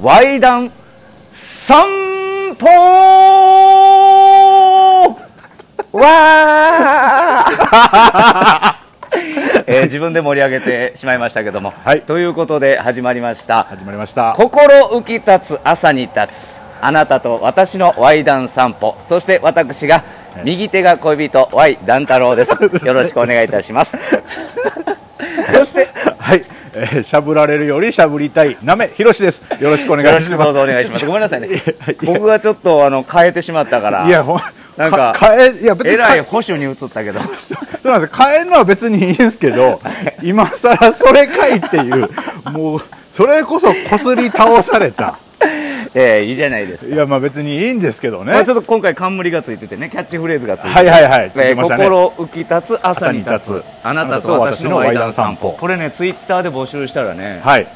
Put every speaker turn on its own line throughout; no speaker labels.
ワイダン散歩わ ー、えー自分で盛り上げてしまいましたけども、
はい
ということで始まりました
始まりました
心浮き立つ朝に立つあなたと私のワイダン散歩そして私が
はい
右手が恋人ワイダン太郎 ですよろしくお願いいたしますそして
はい、えー、しゃぶられるよりしゃぶりたいなめひろしですよろしくお願
よろ
い
し
し
く
ま
どう
す
ぞお願いします。ごめんなさいね
いやいや。
僕がちょっとあの変えてしまったから。
いやほん
なんか
変えいや別に
えらい保守に移ったけ ど。
そうなんです変えるのは別にいいんですけ ど今さらそれかいっていうもうそれこそこすり倒された
ええいいじゃないです
い
か。
やまあ別にいいんですけどね
まあちょっと今回冠がついててね、キャッチフレーズがついてて。
はいはいはいつい
え
て
ー
ましたね
心浮き立つ朝に立
朝に
つ
立つ
あなたと私の
あ
ワ
なたと私の
イダン散
ワイダン
歩
散歩
これねツイッターで募集したらね
はい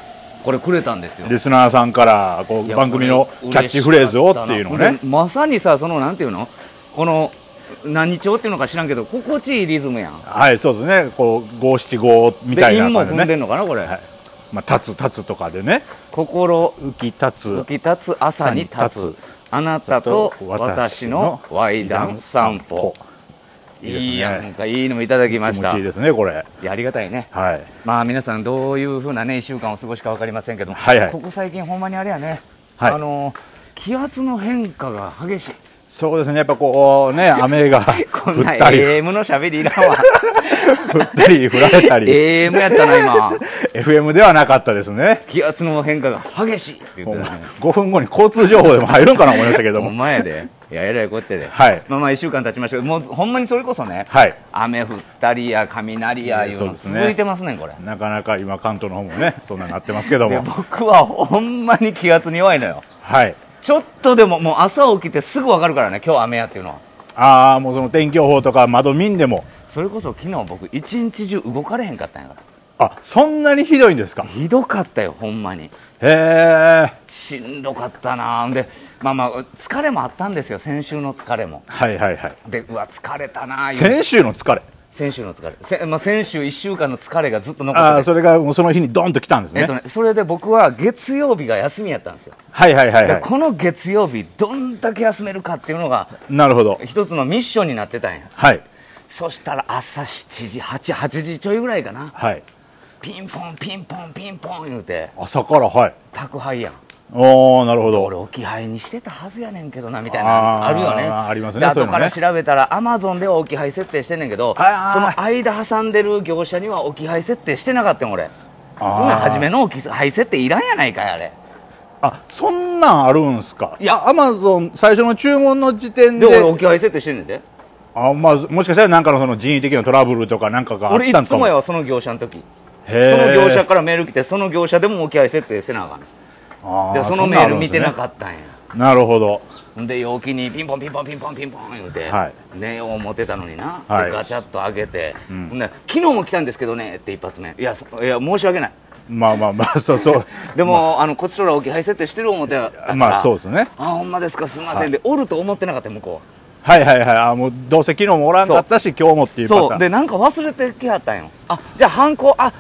これくれたんですよ
リスナーさんからこう番組のキャッチフレーズをっていうのをね
でまさにさそのなんていうのこの何調っていうのか知らんけど心地いいリズムやん
はいそうですねこう五七五み
で
たい
韻
な
も
感じ
踏
で
んで
ね、
んのかなこれ
はいまあ、立つ立つとかでね
心
浮き立
浮
つ
き立つ朝に立
朝に
つ
立つ
あなたと私のワイダン散歩い
い
い
いですね
やんかいいのもいただきま
気
し
持
た
ちいいですねこれ、
いやありがたいね
はい、
まあ皆さんどういうふうなね1週間お過ごしか分かりませんけども、
はいはい
ここ最近ほんまにあれやね、
はい
あの気圧の変化が激しい
そうですねやっぱこ うね雨が
こ
降
んな
ったり
AM のしゃべりいらんわ
降ったり降られたり
AM やったな今
FM ではなかったですね
気圧の変化が激しいって言ってたね
5分後に交通情報でも入るんかな思いましたけど
ほん
も
まやでいやえらいこっちゃで、
はい
まあまあ1週間経ちましたけどもうほんまにそれこそね、
はい
雨降ったりや雷やいう
そう
の
ですね
続いてますねこれ
なかなか今関東の方もねそんなになってますけど
で
も
僕はほんまに気圧に弱いのよ
はい
ちょっとでももう朝起きてすぐ分かるからね今日雨やっていうのは
ああもうその天気予報とか窓見んでも
それこそ昨日僕一日中動かれへんかったんやか
あそんなにひどいんですから
ひどかったよほんまに
へえ
しんどかったなほんでまあまあ疲れもあったんですよ先週の疲れも
はいはいはい
でうわ疲れたな言う
先週の疲れ
先週の疲れせ、まあ、先週1週間の疲れがずっと残
あ
っ
あ
てて
それがもうその日にドンと来たんですね,、
えっとね、それで僕は月曜日が休みやったんですよ、
はいはいはいは
でこの月曜日どんだけ休めるかっていうのが
いなるほど
一つのミッションになってたんや
はい
そしたら朝7時88時ちょいぐらいかな
はい
ピンポンピンポンピンポン言うて
朝からはい
宅配やん
おおなるほど
俺置き配にしてたはずやねんけどなみたい
あ
な
ー
あるよね
ありますね
で
そ
後
ういうのね
から調べたらアマゾンでは置き配設定してんねんけど
あー
その間挟んでる業者には置き配設定してなかったん俺
あー
ほんなら初めの置き配設定いらんやないかいあれ
あそんなんあるんすか
い
い
や
やアマゾン最初の注文の時点
で俺
で
置き配設定してんねんで
あ、まあ、もしかしたらなんかのその人為的なトラブルとかなんかがあっ
俺い
たん
つ
か
も
も
やわその業者の時そ
へー
の業者からメール来てその業者でも置き配設定せなあかん
あ
でそのメール見てな
っ
かったんや
た、なるほど
で陽気にピンポンピンポンピンポンピンポン言うて、
は
ねを持ってたのにな、で
はい
ガチャッと開けて、
うん
ほんで昨日も来たんですけどねって一発目いやそいや申し訳ない
まあまあまあ そうそう
でも、あ、のこっちとら置き配設定してる思ってたから、
まあそうですね
あほんまですかすみません、
はい
でおると思ってなかった向こ
はいはいはいあもうどうせ昨日もおらんかったし今日もっていううパタ
そう
ーン
でなんか忘れてきはったんよあじゃあハンコあ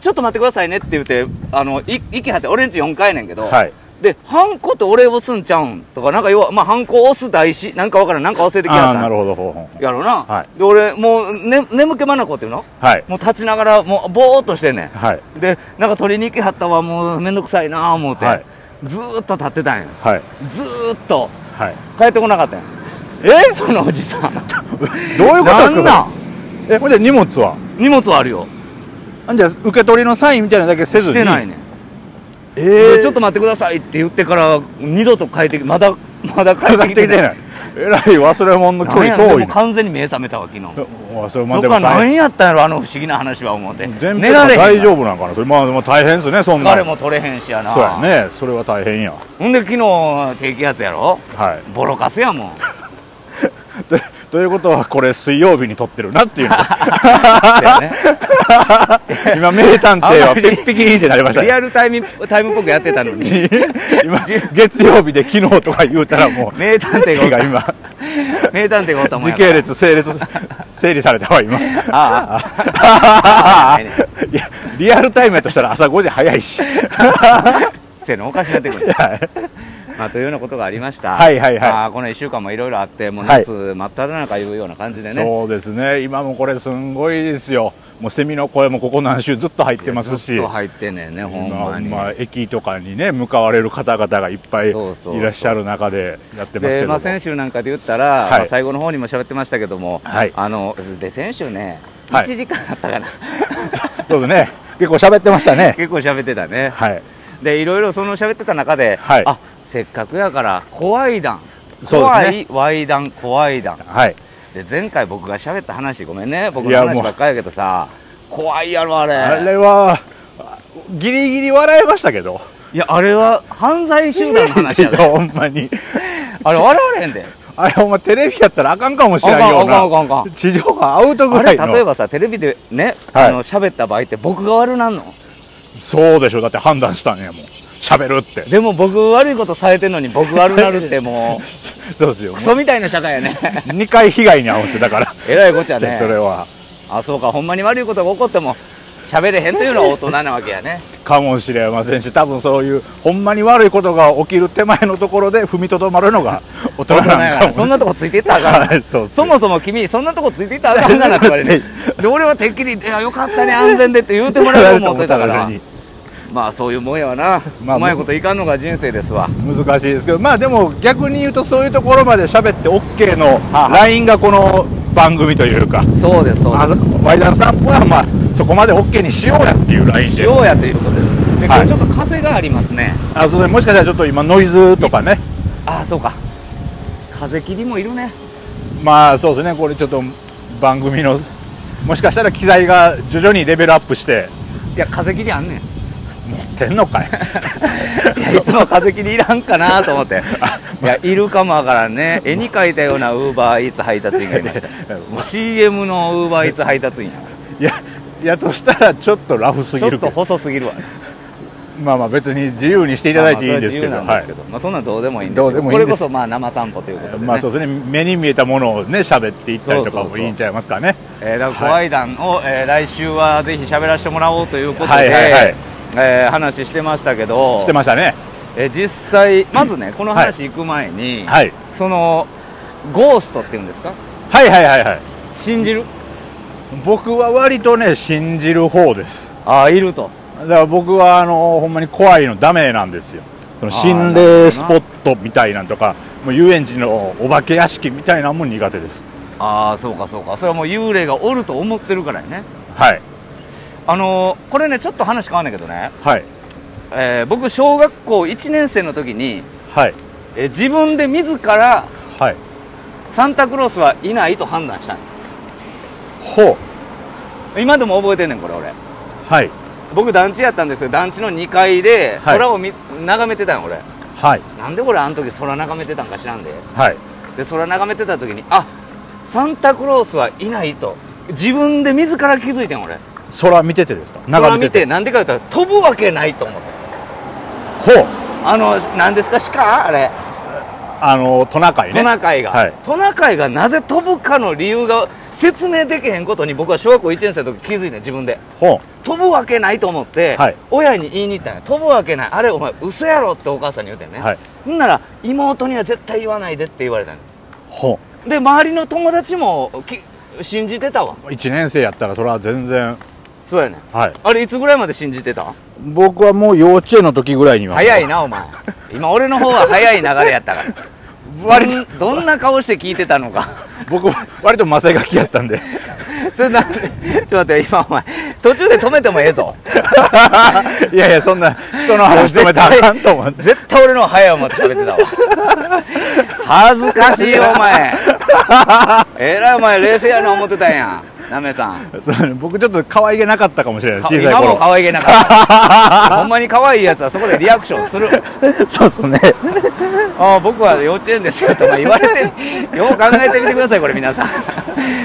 ちょっと待ってくださいねって言ってあのい行きはって俺んち4回やねんけど、
はい
でハンコって俺押すんちゃうんとかなんか要はまあハンコ押す台紙なんかわからんなんか忘れてきはっ
あ
た
あ
ん
なるほどほうほうほう
やろな、
はい
で俺もう、ね、眠気まなこっていうの
はい
もう立ちながらもうぼーっとしてんね
はい
んでなんか取りに行きはったわもうめんどくさいなあ思うて、
はい
ずーっと立ってたんや
はい
ずーっと
はい
帰ってこなかったんや
え
そのおじさん
どういうことですか
なん
それえほんで荷物は
荷物はあるよ
あじゃあ受け取りのサインみたいなのだけせ
し
ずに
てないねん、
え
で
ー、
ちょっと待ってくださいって言ってから二度と帰ってきまだまだ帰
帰
っ
って
き
てき
てない
てないえらい忘れ物の距
な
離
んや
遠
で
い
も
ね
完全に目覚めたわ昨日
忘れ
そ
物
こ
で
は
も大
何
変
やったんやろあの不思議な話は思って
全
寝
部
られへん
大
から
丈夫なんかなそれまあでも大変ですねそんな
疲れも取れへんしやな
そうやねそれは大変や
ほんで昨日低気圧やろ
はい
ボロカスやもん
とということはこれ水曜日に撮ってるなっていうの
だよね
今名探偵はピッピキーンってなりました
リ
ね
アルタイムタイムっぽくやってたのに
今月曜日で昨日とか言うたらもう
名探偵がお
時
った
が今
名探偵がおったもん
時
やから
系列整列整理されたわ今
ああ
いやリアルタイムやとしたら朝5時早いし
あ生のおかしになってくるんですまあ、というようなことがありました、
はいはいはい
まあ、この1週間もいろいろあって、もう夏真っ只中いうような感じでね、
そうですね、今もこれ、すんごいですよ、もうセミの声もここ何週ずっと入ってます
ずっ
し
と、入ってんねんね、ほん
ま
ま
あ
に。
まあ、駅とかにね、向かわれる方々がいっぱいい
そうそうそう
らっしゃる中でやってますけ
で
ど
ま
も
あ、先週なんかで言ったら、
い
まあ最後の方にも喋ってましたけども、
はい
あので先週ね、
はい
1時間あったかな、
そうですね、結構喋ってまし たね。
結構喋ってたね、
はい、
でいろいろその喋ってた中で、
はい
あせっかくやから、怖い談、
そう
怖
です
い、ワイ談、怖い談、
はい、
で前回僕が喋った話、ごめんね、僕
い
の
や
話ばっかりやけどさ、怖いやろ、あれ。
あれは、あギリギリ笑いましたけど、
いや、あれは犯罪集団の話 やで、
ほんまに、
あれ、笑われへんで。
あれ、ほんま、テレビやったらあかんかもしれないよう
あかんあかんあかんあ
な
か、
地上波アウトぐ
あ
ら
れ
いの、
例えばさテレビでね、
はい
あの喋った場合って僕が悪なんの
そうでしょ、だって判断したんやもん、喋るって、
でも僕悪いことされてんのに僕悪なるっても う
そうですよ
ク、ソみたいな社会や ね
2回被害に遭わせだから、
えらいこっちゃね
それは、
あそうかほんまに悪いことが起こっても喋れへんというのは大人なわけやね
かもしれませんし、多分そういう、ほんまに悪いことが起きる手前のところで踏みとどまる のが大人
大
な
人
ん
やか
からも
そんなとこついていったらあか
は
ん
いそうっす
そもそも君そんなとこついていったらあかんがなって言われ てで俺はてっきり「いやよかったね安全で」って言うてもらえると思ってた から
に
まあそういうもんやわな、
まあ
うまいこといかんのが人生ですわ
難しいですけど、まあでも逆に言うと、そういうところまで喋って OK の
あ
ラインがこの番組というか、
そうですそうです
あワイダン散歩は、まあ、そこまで OK にしようやっていうラインで、
ようやということです。で、こ
は
れ
い
ちょっと風がありますね。
あそうもしかしたらちょっと今、ノイズとかね、
ああ、そうか。風切りもいるね。
まあそうですね、これちょっと番組の、もしかしたら機材が徐々にレベルアップして、
いや、風切りあんねん。
てんのか い。
いや、いつも風切りいらんかなと思 って。いや、いるかもわからんね。絵に描いたようなウーバーイーツ配達員がい ました。もう CM のウーバーイーツ配達員や。
いや、いやとしたらちょっとラフす
ち
ぎ
ょ
る
っ
け
と
ど、
細すぎるわ。
まあまあ別に自由にしていただいていいんですけど、
まあまあ
は
それは自由なんですけどまあそんなんどうでもいいんです
どうでもいいんです
これこそまあ生散歩ということで、
い。
ね。
まあそうですね、目に見えたものをね、喋っていったりとか
そうそう
も
そう
いいんちゃいますかね。
えー、だから怖い談を、えー来週はぜひ喋らせてもらおうということで、
はいはいはい
えー話してましたけど
してましたね。
えー実際まずねこの話行く前に、
はい。
そのゴーストっていうんですか
はいはいはいはい。
信じる
僕は割とね、信じる方です。
ああいると
だから僕はあの、ほんまに怖いのダメなんですよ。その
あー
心霊スポットみたいなんとか、もう遊園地のお化け屋敷みたいなんも苦手です。
ああそうかそうかそれはもう幽霊がおると思ってるからやね
はい。
あのーこれねちょっと話変わんねんけどね、
はい。
えー僕小学校1年生の時に、
はい。
えー自分で自ら
はい。
サンタクロースはいないと判断したの
ほう。
今でも覚えてんねんこれ俺
はい。
僕団地やったんですよ団地の2階で
はい
空を見、眺めてたん俺
はい。
なんで俺あの時空眺めてたんか知らんで
はい。
で空眺めてた時にあサンタクロースはいないと自分で自ら気づいてん俺
空見ててですか
空見てなんでか言ったら飛ぶわけないと思って
ほう
あの何ですか鹿あれ
あのトナカイね
トナカイが、
はい
トナカイがなぜ飛ぶかの理由が説明できへんことに僕は小学校1年生の時気づいてん自分で
ほ
飛ぶわけないと思って、
はい
親に言いに行ったんよ飛ぶわけないあれお前嘘やろってお母さんに言うてん
う
ね、
はい
ほんなら妹には絶対言わないでって言われたんよ
ほ
で周りの友達もき信じてたわ
う1年生やったらそれは全然
そうやねん
はい
あれいつぐらいまで信じてた
僕はもう幼稚園の時ぐらいには
早いなお前今俺の方は早い流れやったから
割と
どんどんな顔して聞いてたのか
僕は割とマセガキやったんで
それなんでちょっと待って今お前途中で止めてもええぞ
いやいやそんな人の話止めたらあかんと思って
絶対俺の方が早い思って喋ってたわ恥ずかしいよお前えらいお前冷静やな思ってたんやなめさん
そう僕ちょっと可愛げなかったかもしれない
か
小さい
今も
頃
可愛げなかったほんまに可愛いやつはそこでリアクションする
そうっす ね
ああ僕は幼稚園ですよとか言われ てよう考えてみてくださいこれ皆さんど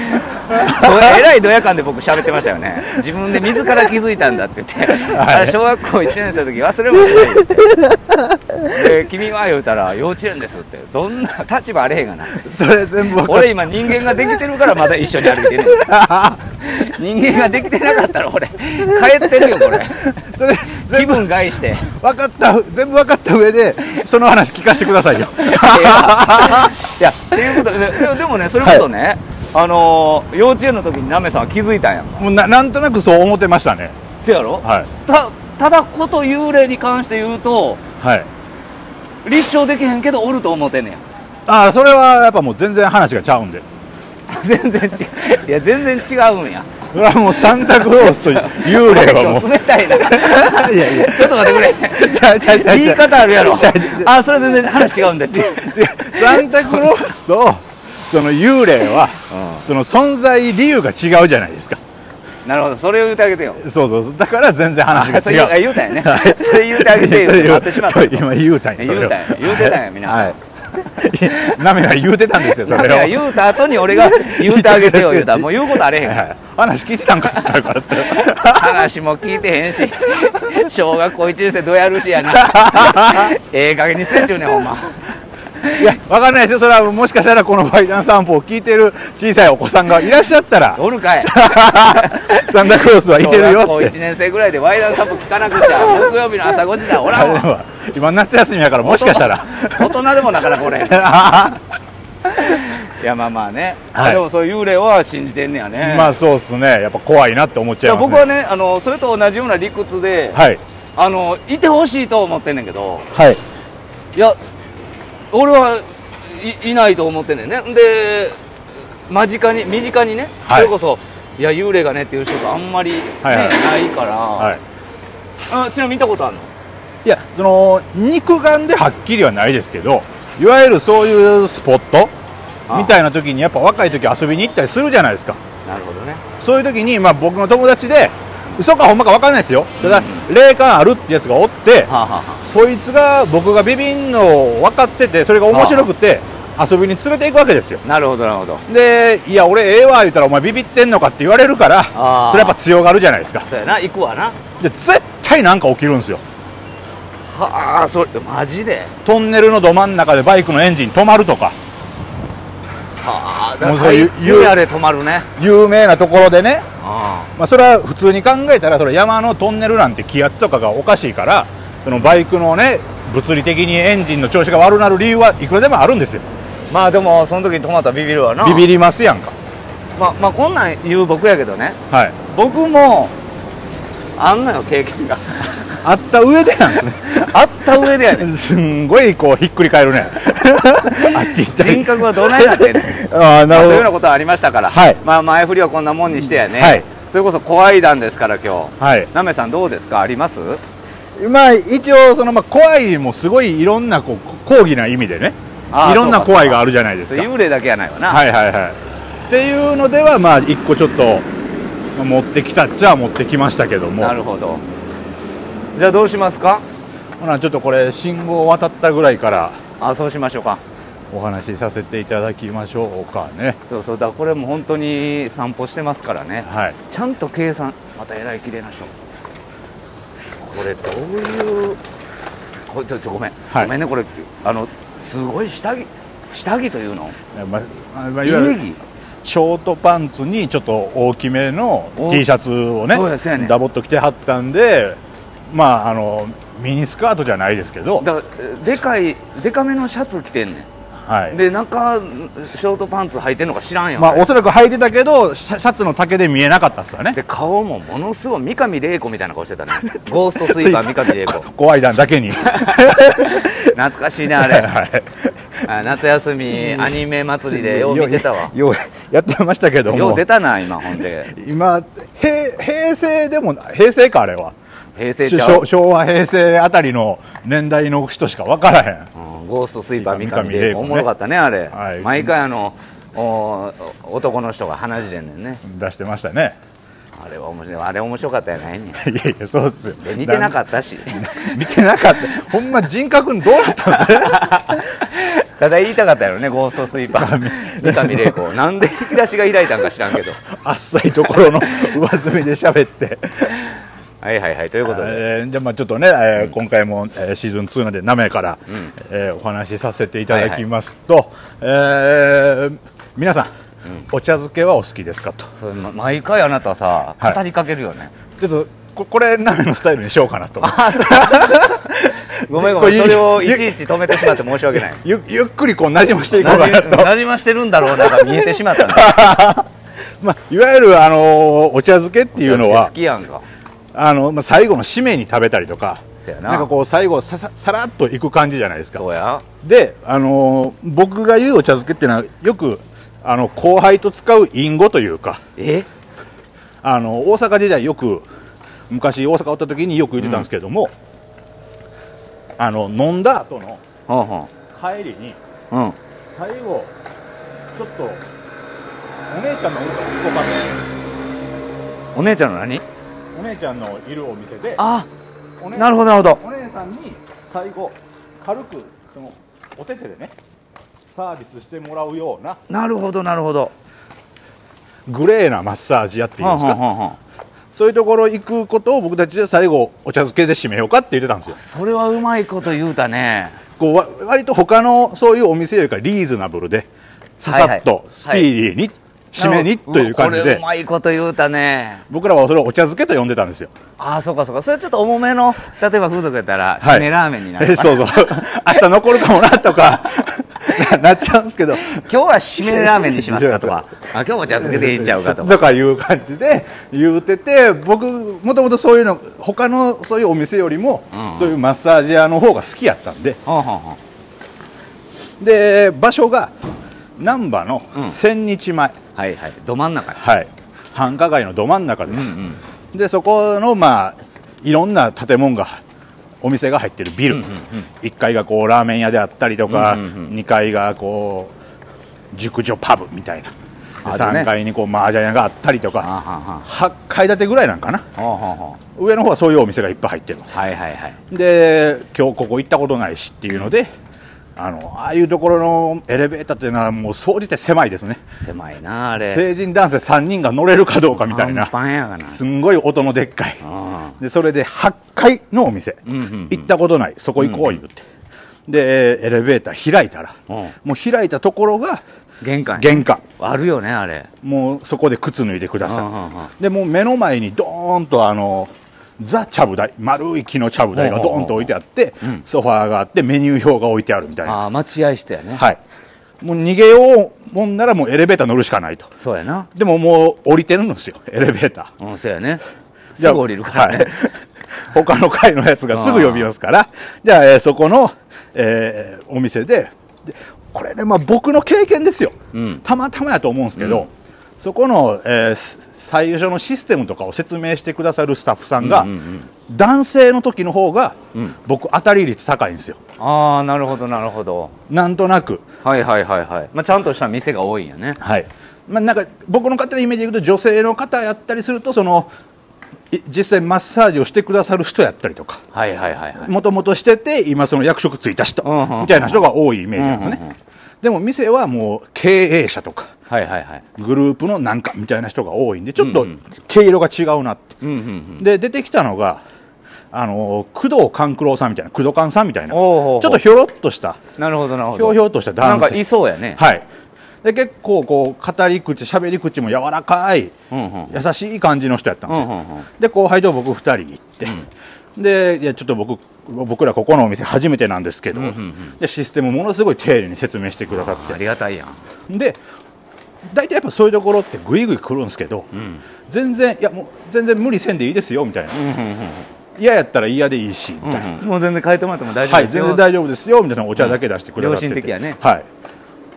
えらいドヤ感で僕喋ってましたよね自分で自ら気づいたんだって言って、
い
あれ小学校1年生の時忘れもしないってで君は言うたら幼稚園ですってどんな立場あれへんがな
それ全部分かっ
俺今人間ができてるからまだ一緒に歩いてる人間ができてなかったら俺帰ってるよこれ
それ
気
全部
分害して
分かった全部分かった上でその話聞かせてくださいよ
いやっていう ことでででもねそれこそね、あのー幼稚園の時にナメさんは気づいたんやん
もうななんとなくそう思ってましたね
せやろ
はい
たただこと幽霊に関して言うと
はい
立証できへんけどおると思ってんねや
ああそれはやっぱもう全然話がちゃうんで
全然違ういや全然違うんや
それはもうサンタクロース と幽霊はも
今日冷たいな
ういやいや
ちょっと待ってくれ
ちゃうちゃうちゃう
言い方あるやろ
ちゃうちゃう
あそれ全然話違うんだって、
違うサンタクロースとその幽霊はその存在理由が違うじゃないですか
なるほどそれを言ってあげてよ
そうそうそうだから全然話
あそれ
が違う
言うたんやね
はい
それ言うてあげてよ
それ言う
なってしまった
そう今言うたんやそれ
言
を
うたんや言うてたんや皆さん
はいナメが言うてたんですよそれを
だから言うた後に俺が言うてあげてよ言うたらもう言うことあれへん
はい
か
は
ら
い話聞いてたんかだからそれは
話も聞いてへんし小学校1年生どうやるしや なええ加減にせんちゅうねんほんま
いやわかんないですよそれはもしかしたらこの「バイダン散歩」を聞いてる小さいお子さんがいらっしゃったら
おるかい
サンタクロー スはいてるよ
小学校
って
1年生ぐらいでワイダンサップ聞かなくちゃ木曜日の朝5時だおら
あ
ん
れ
わ
は今夏休みやからもしかしたら
大人でもなかなか 俺いやまあまあね、
はい
でもそういう幽霊は信じてんねやね
まあそうっすねやっぱ怖いなって思っち
じ
ゃ
ゃ
い
あ
ます
僕
ね
はねあのそれと同じような理屈で、
はい
あのいてほしいと思ってんねんけど
はい
いや俺はいいないと思ってんねんねで間近に身近にね、
はい
それこそいや幽霊がねっていう人があんまり、ね
はいはい
ないから、
はい
あちなみに見たことあるの
いやその肉眼ではっきりはないですけどいわゆるそういうスポット
あ
みたいな時にやっぱ若い時遊びに行ったりするじゃないですか
なるほどね
そういう時にまあ僕の友達で嘘かほんまか分かんないですよただ霊感あるってやつがおって
はあ、はあはあ
そいつが僕がビビんのを分かっててそれが面白くて遊びに連れていくわけですよ
なるほどなるほど
でいや俺ええわ言うたらお前ビビってんのかって言われるから
あー
それやっぱ強がるじゃないですか
そうやな行くわな
で絶対なんか起きるんですよ
はあそれマジで
トンネルのど真ん中でバイクのエンジン止まるとか
はあだか
もう
ら
そういう
ゆやで止まるね
有名なところでね、
あ
まあ、それは普通に考えたらそれ山のトンネルなんて気圧とかがおかしいからそのバイクのね物理的にエンジンの調子が悪なる理由はいくらでもあるんですよ
まあでもその時に止まったらビビるわな
ビビりますやんか
まあまあこんなん言う僕やけどね
はい
僕もあんのよ経験 が
あった上でなんで すね
あった上でやねん
すんごいこうひっくり返る ねあっち行ったり
人格はどないなってんねん
あ
ま
あ な
あというよう
る
な
ほ
ことはありましたから、
はい
まあ前振りはこんなもんにしてやね、
はい
それこそ怖い談ですから今日
どはい
なめさんどうですかあります
まあ一応その、まあ、怖いもすごいいろんなこう抗義な意味でね
あー
いろんな
そうか
怖いがあるじゃないですか
幽霊だけやないわな、
はいはいはいっていうのではまあ一個ちょっとまあ持ってきたっちゃ持ってきましたけども
なるほどじゃあどうしますか
ほなちょっとこれ信号渡ったぐらいから
あそうしましょうか
お話しさせていただきましょうかね
そうそうだからこれも本当に散歩してますからね
はい
ちゃんと計算またえらい綺麗な人これどういうこれちょっとごめん、
はい
ごめんねこれあのすごい下着下着というの
まあまあいわゆ
家
る
着
ショートパンツにちょっと大きめの
お
T シャツをね
そうやそうやねん
ダボっと着てはったんでまああのミニスカートじゃないですけど
だでかいでかめのシャツ着てんね
はい
んで中ショートパンツ履いてんのか知らんやん、
まあ、おそらく履いてたけどシャシャツの丈で見えなかったっすよね
で顔もものすごい三上玲子みたいな顔してた ねゴーストスイーパー三上玲子
こ怖い段だけに
懐かしい ねあれ
はい
あ夏休みアニメ祭りでよう見てたわ
ようやってましたけども
よう出たな今ほんで
今平平成でも平成かあれは
平成ちゃう
昭、昭和平成あたりの年代の人しか分からへん
うんゴーストスイーパー三
三
上
上
で
玲
お
子ね
もろかったねあれ、
はい
毎回あのお男の人が話してんねんね
出してましたね
あれは面白いあれ面白かったやないねん
いやいやそうっすよ
で似てなかっ
っ
た し
た見てなかったほんま人格どうなったん だ
ただ言いたかったやろねゴーストスイーパー三上玲子なんで引き出しが開いたんか知らんけ ど
あっさいところの 上積みで喋って
はいはいはいということで、
えーじゃあまあちょっとね、えー今回も、えーシーズン2なんで名前から、えーお話しさせていただきますと、えー皆さん
うん
お茶漬けはお好きですかと
それま毎回あなたさ
はい
語りかけるよね、
ちょっとここれ鍋のスタイルにしようかなと思って
あそうごめんごめんそれをいちいち止めてしまって申し訳ない
ゆゆっくり こうなじましていこう
な
か
じ
なと、
なじ ましてるんだろうなが見えてしまったん だ
まあ、いわゆる、あのーお茶漬けっていうのは
好きやんか
あの、まあ、最後の締めに食べたりとか
そやな
なんかこう最後さささらっといく感じじゃないですか
そうや
で、あのー僕が言うお茶漬けっていうのはよくあの後輩と使う隠語というか
え
あの大阪時代よく昔大阪おった時によく言ってたんですけども、あの飲んだ後の
ほんほ
帰りに
んうん
最後ちょっとお姉ちゃんのお店行こうか
お姉ちゃんの何
お姉ちゃんのいるお店で
あ
お姉
なるほどなるほ
お姉さんに最後軽くそのお手手でねサービスしてもらうような
どなるほどなるほど
グレーなマッサージ屋っていうん
ほ
で
んほ
すか、
んほんほん
そういうところ行くことを僕たちで最後お茶漬けで締めようかって言ってたんですよ
それはうまいこと言うたね
こうわ割と他のそういうお店よりかリーズナブルでささっ
はい
と
はい
スピーディーに、締めにという感じ
これ
で
うまいこと言うたね
僕らはそれをお茶漬けと呼んでたんですよ
ああそうかそうかそれちょっと重めの例えば風俗やったら
はい
締めラーメンにな
え
る
ー
から、
そうそう明日残るかもなとかななっちゃうんですけど
今日は締めラーメンにしますかと かあ今日もじゃあ漬けていっちゃうかとか
だからいう感じで言うてて僕もともとそういうの他のそういうお店よりも、
うん
そういうマッサージ屋の方が好きやったんで
ほんほんほん
で場所が難波の
うん
千日前、
はいはいど真ん中に
はい繁華街のど真ん中で
う
す、
んうん
でそこのまあいろんな建物がお店が入ってるビル、
うんうんうん
1階がこうラーメン屋であったりとか、
うんうんうん
2階がこう熟女パブみたいな、
あるね
3階にこう麻雀屋があったりと
あ
か
はんはん
8階建てぐらいなんかな
ほんほんほん
上の方はそういうお店がいっぱい入ってるんです
はいはいはい
で今日ここ行ったことないしっていうのであのああいうところのエレベーターっていうのはもう総じて狭いですね
狭いなあれ
成人男性3人が乗れるかどうかみたいな
パンパンやがな
すんごい音のでっかい
うん
でそれで8階のお店、
うんうん
行ったことないそこ行こう言って、でエレベーター開いたら、
うん
もう開いたところが
玄関
玄関
あるよねあれ
もうそこで靴脱いでくだ
うんうんうん
さいでもう目の前にドーンとあのザ・チャブ台丸い木のチャブ台がドーンと置いてあって、
うん
ソファーがあってメニュー表が置いてあるみたいな、
ああ待合室やね
はいもう逃げようもんならもうエレベーター乗るしかないと
そうやな
でももう降りてるんですよエレベーター
うんそうやね
じ
す
ゃあ
ぐ降りるからね、
はい 他の階のやつがすぐ呼びますからじゃあ、えーそこの、えーお店ででこれね、まあ、僕の経験ですよ、
うん
たまたまやと思うんですけど、そこの、えーす最初のシステムとかを説明してくださるスタッフさんが、
うんうんうん
男性の時の方が、
うん
僕当たり率高いんですよ
ああなるほどなるほど
なんとなく
はいはいはいはい、まあ、ちゃんとした店が多いんやね
はい、まあ、なんか僕の勝手なイメージでいくと女性の方やったりするとそのい実際マッサージをしてくださる人やったりとか
はいはいはいはい
もともとしてて今その役職ついた人
うんうん
みたいな人が多いイメージなんですね、
うんうんうん
でも店はもう経営者とか
はいはいはい
グループのなんかみたいな人が多いんでちょっ
う
と
んうん
毛色が違うなって、
うんうんうん
で出てきたのがあの工藤官九郎さんみたいな工藤官さんみたいなち
おうおうお
ょ
う
っとひょろっとした
なるほどなるほ
ひょ
ど
うひょうとした
なん
男
か
性
いそうやね
はいで結構こう語り口喋り口も柔らかい
うんうん
優しい感じの人やったんですよ、
うんうんうん
で後輩と僕2人行って、でいやちょっと僕僕らここのお店初めてなんですけど、
うんうんうん
でシステムものすごい丁寧に説明してくださっ
ありがたいやん
てで大体やっぱそういうところってぐいぐい来るんですけど、
うん
全然いやもう全然無理せんでいいですよみたいな
うんうん
嫌やったら嫌でいいしみたいな、
うんうんもう全然変えてもらっても大丈夫
はい、
です
全
よ、
然大丈夫ですよみたいなお茶だけ出してくださってて、
うん良心的やね
はい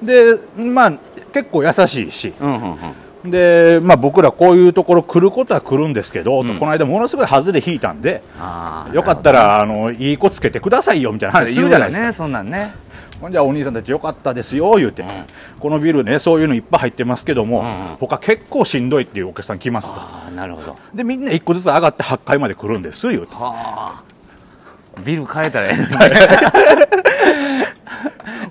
でまあ結構優しいし
うんうんうん
で、まあ、僕らこういうところ来ることは来るんですけど、と
うん
この間ものすごい外れ引いたんで
ああ
よかったらあのいい子つけてくださいよみたいな話す
言
る
う
じゃ
よ
ないですか、
ねそんなんね
ほんじゃお兄さんたちよかったですよ言うて、
うん
このビルねそういうのいっぱい入ってますけども、
うんうん
他結構しんどいっていうお客さん来ますと
ああなるほどは
でみんな1個ずつ上がって8階まで来るんです言うて
あビル変えたらええのにね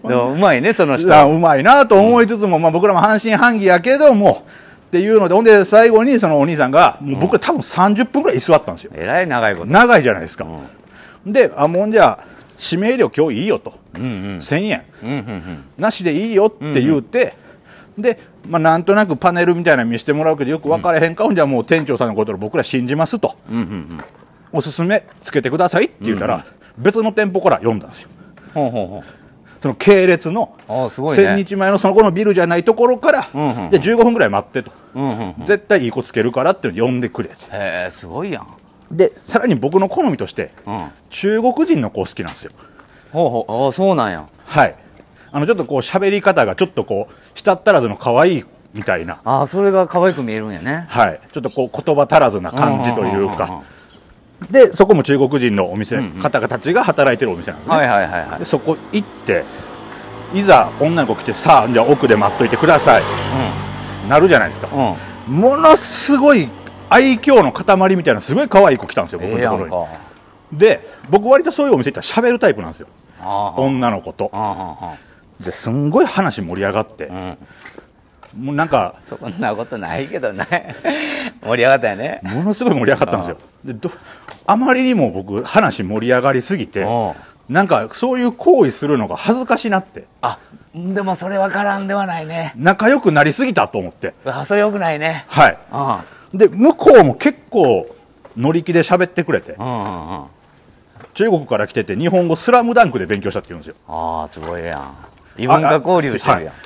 でもうまいねその人
あうまいなと思いつつも、まあ、僕らも半信半疑やけどもっていうのでほんで最後にそのお兄さんがもう僕ら多分30分ぐらい居座ったんですよ
えらい長いこと
長いじゃないですか、
うん
であもんじゃ指名料今日いいよと、
うんうん
1000円
うんうんうん
なしでいいよって言うて、で、まあ、なんとなくパネルみたいなの見せてもらうけどよく分からへんか、ほんじゃもう店長さんのことを僕ら信じますと
うんうん
おすすめつけてくださいって言ったら、別の店舗から読んだんですよ
うんほうほう
その系列の
ほうああすごい
千
ね
日前のその子のビルじゃないところから、
うんうんうん
で15分ぐらい待ってと、
うんうんうんへ
絶対いい子つけるからっていうのを呼んでくれて
えすごいやん
でさらに僕の好みとして
うん
中国人の子好きなんですよ
ほうほうああそうなんや
はいあのちょっとこう喋り方がちょっとこう舌足らずの可愛いみたいな
ああそれが可愛く見えるんやね
はいちょっとこう言葉足らずな感じという
うんうんうん
かでそこも中国人のお店、
うんうん
方たちが働いてるお店なんです
うん
ね、
はいはいはいはい
でそこ行っていざ女の子来てさあじゃあ奥で待っといてくださいなるじゃないですか
うんうん
ものすごい愛嬌の塊みたいなすごい可愛い子来たんですよ
え
僕
え
の
や
とこ
ん
ろに、
か
で僕割とそういうお店行ったら喋るタイプなんですよ
ああ
女の子と
あ
ですんごい話盛り上がって、
あうん
もうなんか
そんなことないけどね 盛り上がったよね
ものすごい盛り上がったんですよでどあまりにも僕話盛り上がりすぎて
うん
なんかそういう行為するのが恥ずかしなって
あでもそれ分からんではないね
仲良くなりすぎたと思って
あそれよくないね
はい
うんうん
で向こうも結構乗り気で喋ってくれて
うんうん
中国から来てて日本語スラムダンクで勉強したって言うんですよ
ああすごいやん異文化交流してるやん
あ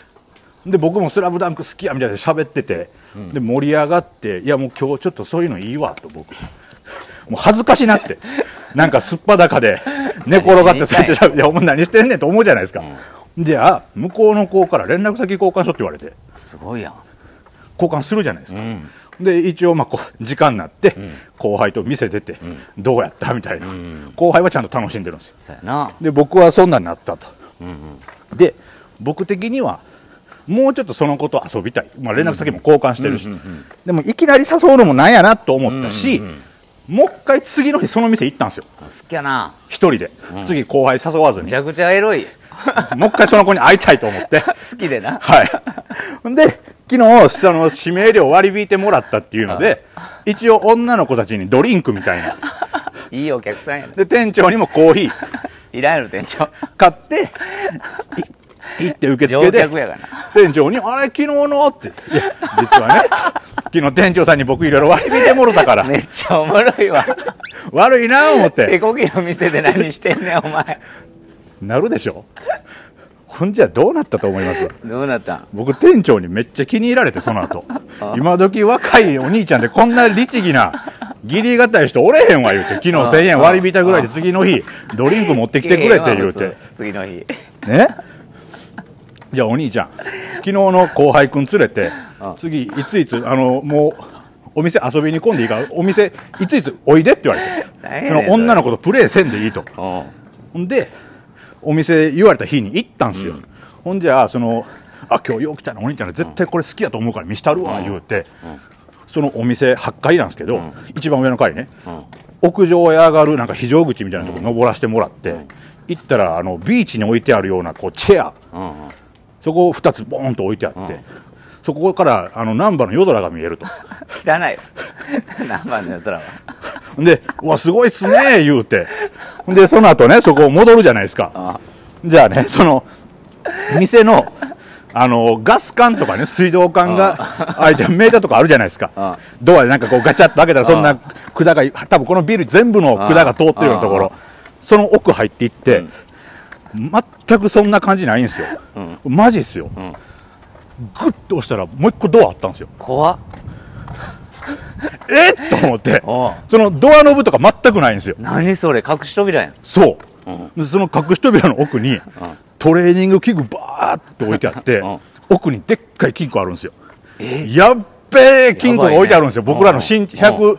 で僕も「スラムダンク好きや」みたいな喋ってて、で盛り上がって「いやもう今日ちょっとそういうのいいわ」と僕も う恥ずかしな ってなんかすっぱだかで寝転がってそうやってしゃべいやお前何してんねん」と思うじゃないですか、じゃあ向こうの子から連絡先交換しろって言われて
すごいやん
交換するじゃないです
う
か、
ん
で一応まあこう時間になって、後輩と見せてて、どうやったみたいな、後輩はちゃんと楽しんでるんですよ
そうやな
で僕はそんなになったと
うんうん
で僕的にはもうちょっとその子と遊びたい、まあ、連絡先も交換してるし、
うんうんうん
でもいきなり誘うのもなんやなと思ったし、
うんうん
もう一回次の日その店行ったんですよ
好きやな
一人で、次後輩誘わず
め
に
ちゃくちゃエロい
もう一回その子に会いたいと 思って
好きでな
はいんで昨日その指名料割り引いてもらったっていうので一応女の子たちにドリンクみたいない
いお客さんやな
で店長にもコーヒー
いらんやろ店長
買ってい行って受付
乗
で
客やからな
店長に「あれ昨日の?」って「いや実はね」昨日店長さんに僕いろいろ割り引いてもろたから
めっちゃおもろいわ
悪いな思っ
手
て
こぎの店で何してん ねんお前
なるでしょほんじゃどうなったと思います
どうなったん
僕店長にめっちゃ気に入られてその後今時若いお兄ちゃんでこんな律儀な義理がたい人おれへんわ言うて昨日1000円割り引いたぐらいで次の日ドリンク持ってきてくれって言う
いやい
て
や次の日
ねじゃあお兄ちゃん昨日の後輩くん連れて次いついつあのもうお店遊びに込んでいいからお店いついつおいでって言われ
何やね
て
ん
その女の子とプレーせんでいいと
うん
ほんでお店言われた日に行ったんですよ、ほんじゃあそのあ今日よう来たなお兄ちゃんら絶対これ好きやと思うから見したるわ言うて、そのお店8階なんですけど、一番上の階ね、
うん
屋上へ上がるなんか非常口みたいなところ登らせてもらって、行ったらあのビーチに置いてあるようなこうチェア
うんうん
そこを2つボーンと置いてあって、そこからあの難波の夜空が見えると
汚いわ 何番のやつらは
で「うわすごいっすね」言うてでその後ねそこを戻るじゃないです
あ
かじゃあね その店のあのガス管とかね水道管が開いてメーターとかあるじゃないです
あ
かドアでなんかこうガチャッと開けたらそんな管が多分このビル全部の管が通ってるようなところその奥入っていって、全くそんな感じないんですよ、マジっすよ、
ん
グッと押したらもう一個ドアあったんですよ
怖っ
えっと思って
おう
そのドアノブとか全くないんですよ
何それ隠し扉やん
そう、でその隠し扉の奥に、トレーニング器具バーっと置いてあっ て、
うん
奥にでっかい金庫あるんですよ
え
やっべえ金庫が置いてあるんですよ、
やばいね
僕らの身
う
100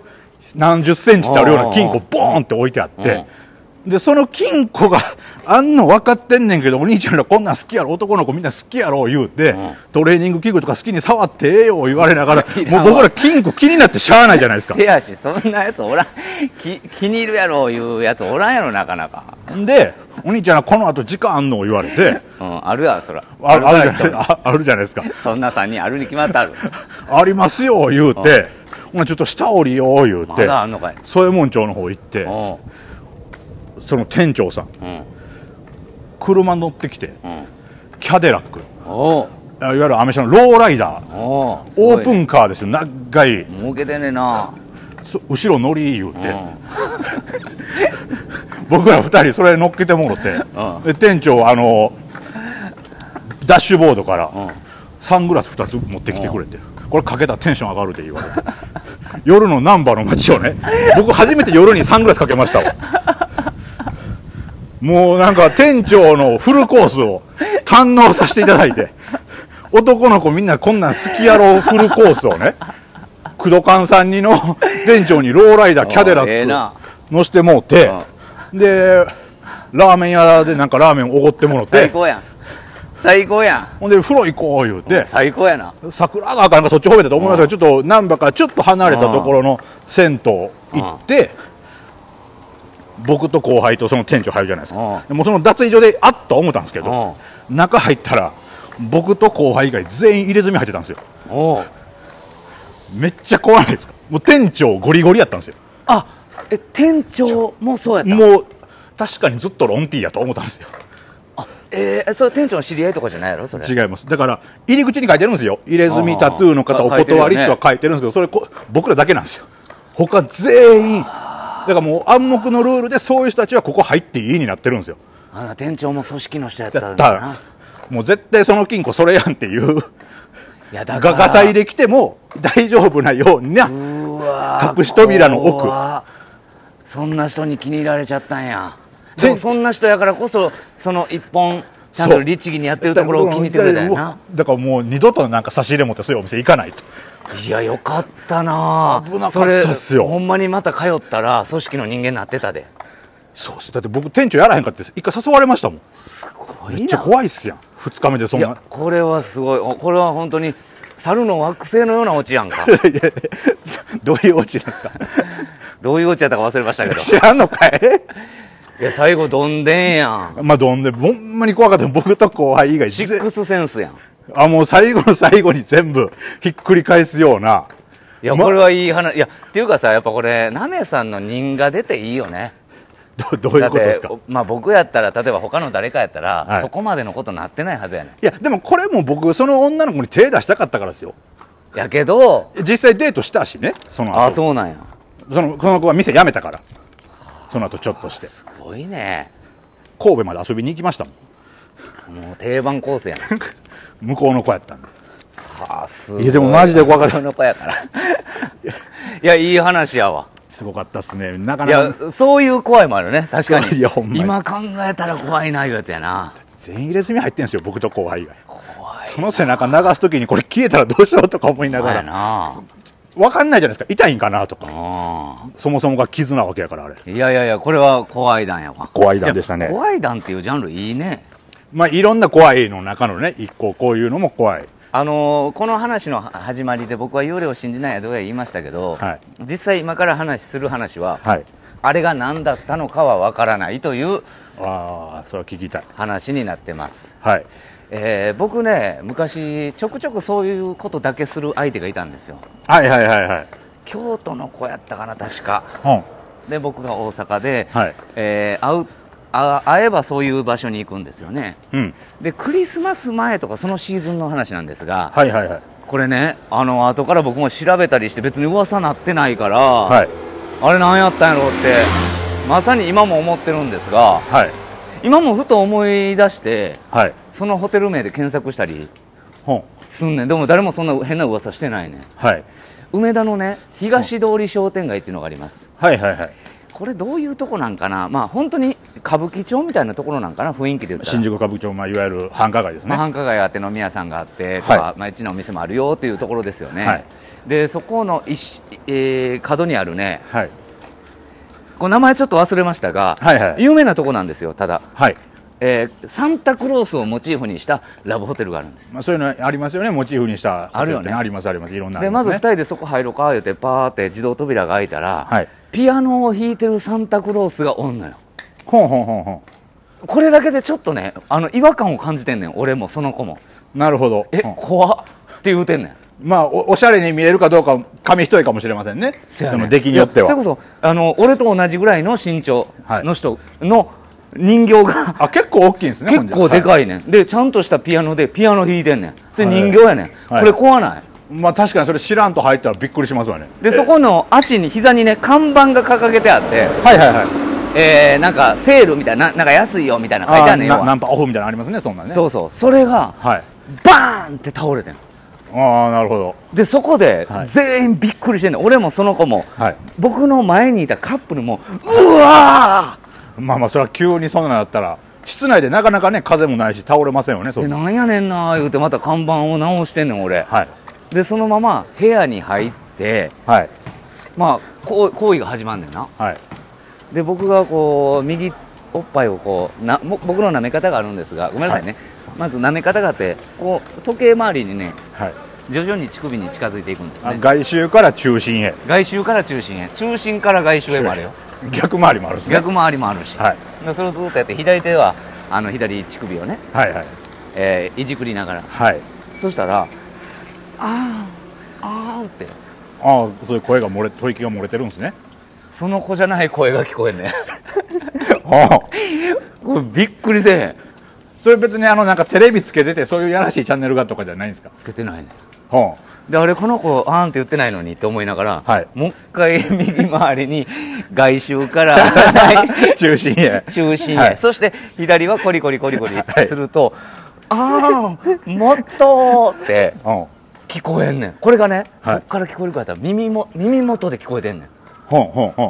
何十センチってあるような金庫
うん
ボーンって置いてあって、でその金庫が あんの分かってんねんけどお兄ちゃんらこんなん好きやろ男の子みんな好きやろ言うて、
ん
トレーニング器具とか好きに触ってええよ言われながら
いらんわ
もう僕ら金庫気になってしゃあないじゃないですか
手足そんなやつおらんき気に入るやろいうやつおらんやろなかなか
でお兄ちゃんらこの後時間あんの言われ て
うんあるやろそら
あるある
や
じゃないああるじゃないですか
そんな3人あるに決まってある
ありますよ言うてほなちょっと下降りよう言う
ま
て
だあんのかい
添右衛門町の方行って
おう
その店長さん
うん
車乗ってきて
うん
キャデラック
おう
あいわゆるアメ車のローライダー、
おーすごい
オープンカーですよ、長い、
儲けてんねえな
そ後ろ乗り言うて、
うん
僕ら2人、それ乗っけてもろて、
ん
で店長、あのダッシュボードから、
うん
サングラス2つ持ってきてくれて、これかけたらテンション上がるで言われて、 夜の難波の街 をね、僕、初めて夜にサングラスかけましたわ。もうなんか店長のフルコースを堪能させていただいて、男の子みんなこんなん好きやろうフルコースをね、工藤館さんにの店長にローライダー、キャデラ
おーええ
ッ
な
ク乗してもうて、で、ラーメン屋でなんかラーメンおごってもろ
最
て、
高やん最高や
ほんで風呂行こう言うて
ん、最高やな
桜川かなんかそっち方面だと思いますが、ちょっと難波からちょっと離れたところの銭湯行って、僕と後輩とその店長入るじゃないですか、でもうその脱衣所であっと思ったんですけど、
お
中入ったら、僕と後輩以外全員入れ墨入ってたんですよ、
おー
めっちゃ怖いですか、もう店長、ゴリゴリやったんですよ、
あえ店長もそうやった
もう確かにずっとロンティーやと思ったんですよ、
えー、それ店長の知り合いとかじゃないやろそれ
違います、だから入り口に書いてるんですよ、入れ墨タトゥーの方、
あー
お断り
書いてるよね
とは書いてるんですけど、それこ、僕らだけなんですよ、他全員、だからもう暗黙のルールで、そういう人たちはここ入っていいになってるんですよ、
あな店長も組織の人やった
だ
ん
っ
だ
た
な
ら、もう絶対その金庫、それやんっていう、
いやだ
画
から
家祭で来ても大丈夫なような、
うわー
隠し扉の奥
怖そんな人に気に入られちゃったんや
で
でもそんな人やからこそその一本ちゃんと律儀にやってるところを気に入ってくれたよな
だからもう二度となんか差し入れ持って、そういうお店行かないと。
いやよかったな
危なかったっす
それ
よ
ほんまにまた通ったら組織の人間になってたで
そうっすだって僕店長やらへんかったです一回誘われましたもん
怖
めっちゃ怖いっすやん2日目でそ
い
んな
やこれはすごいおこれは本当に猿の惑星のようなオチやんか
いやいやどういうオチなんですか
どういうオチやったか忘れましたけど
知らんのかい
いや最後どんでんやん
まあどんでほんまに怖かった僕と後輩以外
シ
ぜ
ックスセンスやん
あもう最後の最後に全部ひっくり返すようない
や
ま
これはいい話いやっていうかさやっぱこれナメさんの人が出ていいよね
どどういうことですか
だってまあ、僕やったら例えば他の誰かやったら、
はい
そこまでのことなってないはずやね
いやでもこれも僕その女の子に手出したかったからですよ
んやけど
実際デートしたしねその後
ああそうなんや
そのその子は店辞めたからその後ちょっとして
すごいね
神戸まで遊びに行きましたもん
もう定番コースやん
向こうの子やったんで
はあすご
いやでもマジで怖かった
その子やからいやいい話やわ
すごかったっすねなか
い
な
や
か
そういう怖いもあるね確かに
いやほんまに
今考えたら怖いないうやつやな
全員入れ墨入ってんすよ僕と後輩以外
怖い
その背中流すときにこれ消えたらどうしようとか思いなが
怖い
ら
な
分かんないじゃないですか痛いんかなとか
うん
そもそもが傷なわけやからあれ
いやいやいや、これは怖い団やわ。
怖い団でしたね
いや怖い団っていうジャンルいいね。
まあいろんな怖いの中のね一個こういうのも怖い
あのーこの話の始まりで僕は幽霊を信じないやとか言いましたけど、
はい
実際今から話する話は、
はい
あれが何だったのかはわからないという
ああそれは聞きたい
話になってます。
はい
えー僕ね、昔ちょくちょくそういうことだけする相手がいたんですよ。
はいはいはいはい
京都の子やったかな、確か。
うん
で、僕が大阪で、
はい
えー会うあ会えばそういう場所に行くんですよね。
うん
でクリスマス前とかそのシーズンの話なんですが、
はいはいはい
これねあの後から僕も調べたりして別に噂なってないから、
はい
あれ何やったんやろうってまさに今も思ってるんですが
はい
今もふと思い出して
はい
そのホテル名で検索したり
うん
すんねんでも誰もそんな変な噂してないねん
はい
梅田のね東通り商店街っていうのがあります
はいはいはい
これどういうとこなんかなまあ本当に歌舞伎町みたいなところなんかな雰囲気で言ったら
新宿歌舞伎町、まあ、いわゆる繁華街です
ま
ね
あ、繁華街があって飲み屋さんがあってとか、
はい
まあ、一のお店もあるよというところですよね、
はい
でそこの一、えー角にあるね
はい
こう名前ちょっと忘れましたが、
はいはい
有名なとこなんですよただ、
はい
えーサンタクロースをモチーフにしたラブホテルがあるんです
まあ、そういうのありますよねモチーフにした
あるよね
ありますありますいろんなあ
で
り
まず2
すね
人でそこ入ろうか言うてパーって自動扉が開いたら、
はい
ピアノを弾いてるサンタクロースがおんのよ
ほんほんほんほん
これだけでちょっとねあの違和感を感じてんねん俺もその子も
なるほど
え、
うん
怖っって言うてんねん
まあおおしゃれに見えるかどうかは紙一重かもしれませんね
せやね
の出来によって
い
は
やそれこそあの俺と同じぐらいの身長の人の人形が
あ結構大きいんですね
結構で
い、
かいねんでちゃんとしたピアノでピアノ弾いてんねんそれ
はい
人形やねんこ
はい
れ壊ない
まあ確かにそれ知らんと入ったらびっくりしますわね
でそこの足に膝にね看板が掲げてあって
はいはいはい
えーなんかセールみたいなななんか安いよみたいなの書いてあ
あ
んねん
ー
要
な
は
ナンパオフみたいなのありますねそんなんね
そうそうそれが
はい
バーンって倒れてん
ああなるほど
でそこで
はい
全員びっくりしてんねん俺もその子も
はい
僕の前にいたカップルもうわ
まあまあそれは急にそんなんだったら室内でなかなかね風もないし倒れませんよねそ
ー
う
でなんやねんなー言うてまた看板を直してんねん俺
はい
でそのまま部屋に入って
はい
まあこう行為が始まんねんな
はい
で僕がこう右おっぱいをこうなも僕の舐め方があるんですがごめんなさいね、まず舐め方があってこう時計回りにね
はい
徐々に乳首に近づいていくんです
あ
ね
外周から中心へ
外周から中心へ中心から外周へもあるよ
逆回りもあるんですね
逆回りもあるし、
はい
でそれをずっとやって左手はあの左乳首をね、
はいはい
えーいじくりながら
はい
そしたら「あーんあーん」って
ああそういう声が漏れ吐息が漏れてるんですね
その子じゃない声が聞こえんね
あ あ
これびっくりせえへん
それ別にあのなんかテレビつけててそういうやらしいチャンネルがとかじゃないんですか
つけてないね
は
であれこの子あーんって言ってないのにって思いながら、
はい
もう一回右回り に外周からはい
あ中心へ
中心へ、
はい
そして左はコリコリコリコリ
はい
すると、あーんもっとーって
うん
聞こえんねんこれがね、
はい
こっから聞こえるからやったら耳も耳元で聞こえてんねん
ほんほんほ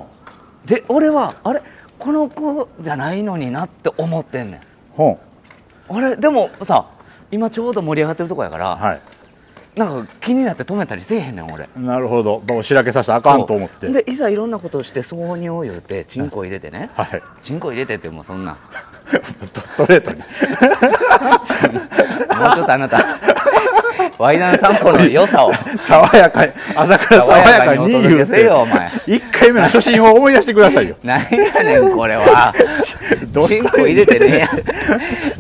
ん
で俺はあれこの子じゃないのになって思ってんねん
ほん
あれでもさ今ちょうど盛り上がってるとこやから、
は
なんか気になって止めたりせえへんねん俺
いなるほどまあおしらけさせたらあかんと思っ
そ
て
うでいざいろんなことをして挿入を言うてチンコ入れてね
はい
チンコ入れてってもうそんなも
ストレートに
うちょっとあなた ワイナン散歩の良さを
爽やかに朝から爽やかに
爽やかにお届
言
け
う
せ
て
よお前
一回目の初心を思い出してくださいよ
何やねんこれは
どうした
チンコ入れてね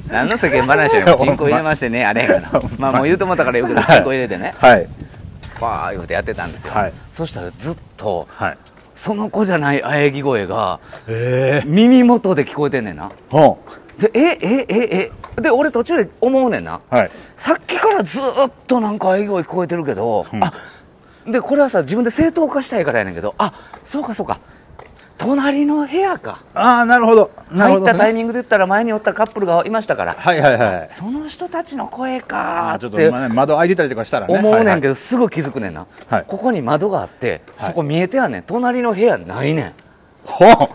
何の世間話やねんチンコ入れましてねあれやから
ほん
ま
ま
あもう言うと思ったから言うけどチンコ入れてね
はい
バー言うてやってたんですよ、
はい
そしたらずっと
はい
その子じゃない喘ぎ声が
ええ
耳元で聞こえてんねんな
ほ
でええええで俺途中で思うねんなん
はい
さっきからずーっとなんか喘ぎ声聞こえてるけど、
うん
あでこれはさ自分で正当化したいからやねんけどあそうかそうか隣の部屋か
ああなるほどなる
入
ほ
っ
ど
たタイ
ね
ミングで言ったら前におったカップルがいましたから
はいはいはい
その人たちの声か
あち
ー
ょ
っ
っと
て
まあね窓開いてたりとかしたらね
思うねん
ど
けどすぐ気づくねんな、
はい
ここに窓があって
はい
そこ見えてやんねん隣の部屋ないね
ほん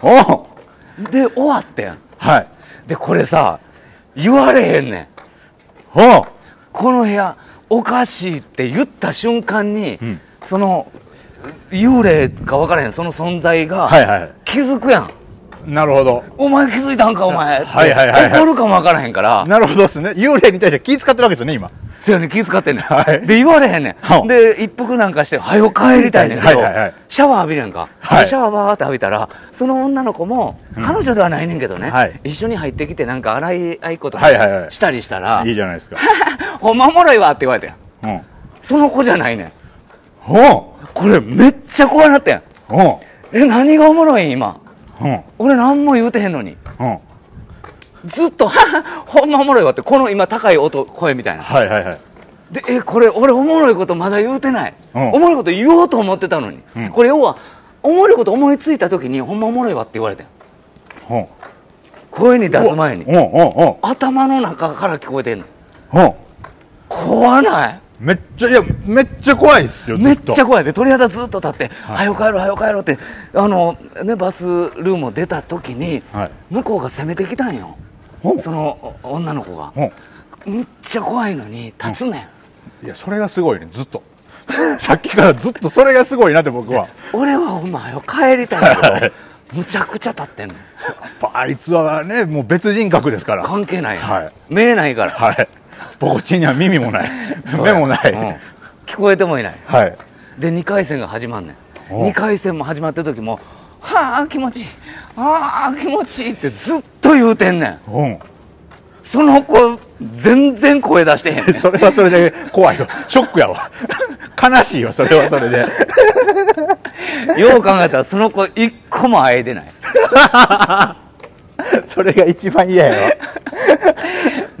ほん
んで終わってん
はい
でこれさ言われへんねん
ほん
この部屋おかしいって言った瞬間に、
ん
その幽霊か分からへんその存在が、
はいはい
気づくやん
なるほど
お前気づいたんかお前って、
はいはいはいはい
怒るかも分からへんから
なるほどですね幽霊に対して気使ってるわけですね今
そうやねん気遣ってんねん、
はい
で言われへんね
は
ん
あ
で一服なんかして「はよ帰りたいねんけど、
はいはいはい
シャワー浴びれんか、
はい
でシャワーバーって浴びたらその女の子も、彼女ではないねんけどね、
はい
一緒に入ってきてなんか洗い合いこと
はいはいはい
したりしたら「
いいじゃないですか
ほんまおもろいわ」って言われてん
うん
その子じゃないねん
ほん
これめっちゃ怖なってん
ほん
え何がおもろいん今
ほん
俺何も言うてへんのに
ほん
ずっと はは「ほんまおもろいわ」ってこの今高い音声みたいな
はいはいはい
でえこれ俺おもろいことまだ言うてない、
うん
おもろいこと言おうと思ってたのに、
うん
これ要はおもろいこと思いついた時にほんまおもろいわって言われてん
ほん
声に出す前に
ほんほんほん
頭の中から聞こえてんの
ほん
怖ない
めっちゃいやめっちゃ怖いっすよ
め
ず
っ
と
ちゃ怖いで鳥肌ずっと立って「はよ帰ろうはよ帰ろう」ってあの、ね、バスルームを出た時に、
はい
向こうが攻めてきたんよ
ほん
そのお女の子が
ほん
むっちゃ怖いのに立つねん、
いやそれがすごいねずっとさっきからずっとそれがすごいなって僕は
俺はほんまはよ帰りたいけど、
はい
むちゃくちゃ立ってんの
やっぱあいつはねもう別人格ですから
関係ないやん、
はい
見えないから
はいポコチンには耳もない
そう
目
や
もない、
うん聞こえてもいない
はい
で2回戦が始まんねん
お
2回戦も始まった時も「はあ気持ちいいああ気持ちいい」ってずっと言うてんねん
うん
その子全然声出してへんねん
それはそれで怖いよショックやわ悲しいよそれはそれで
よう考えたらその子一個もあえてない
それが一番嫌やわ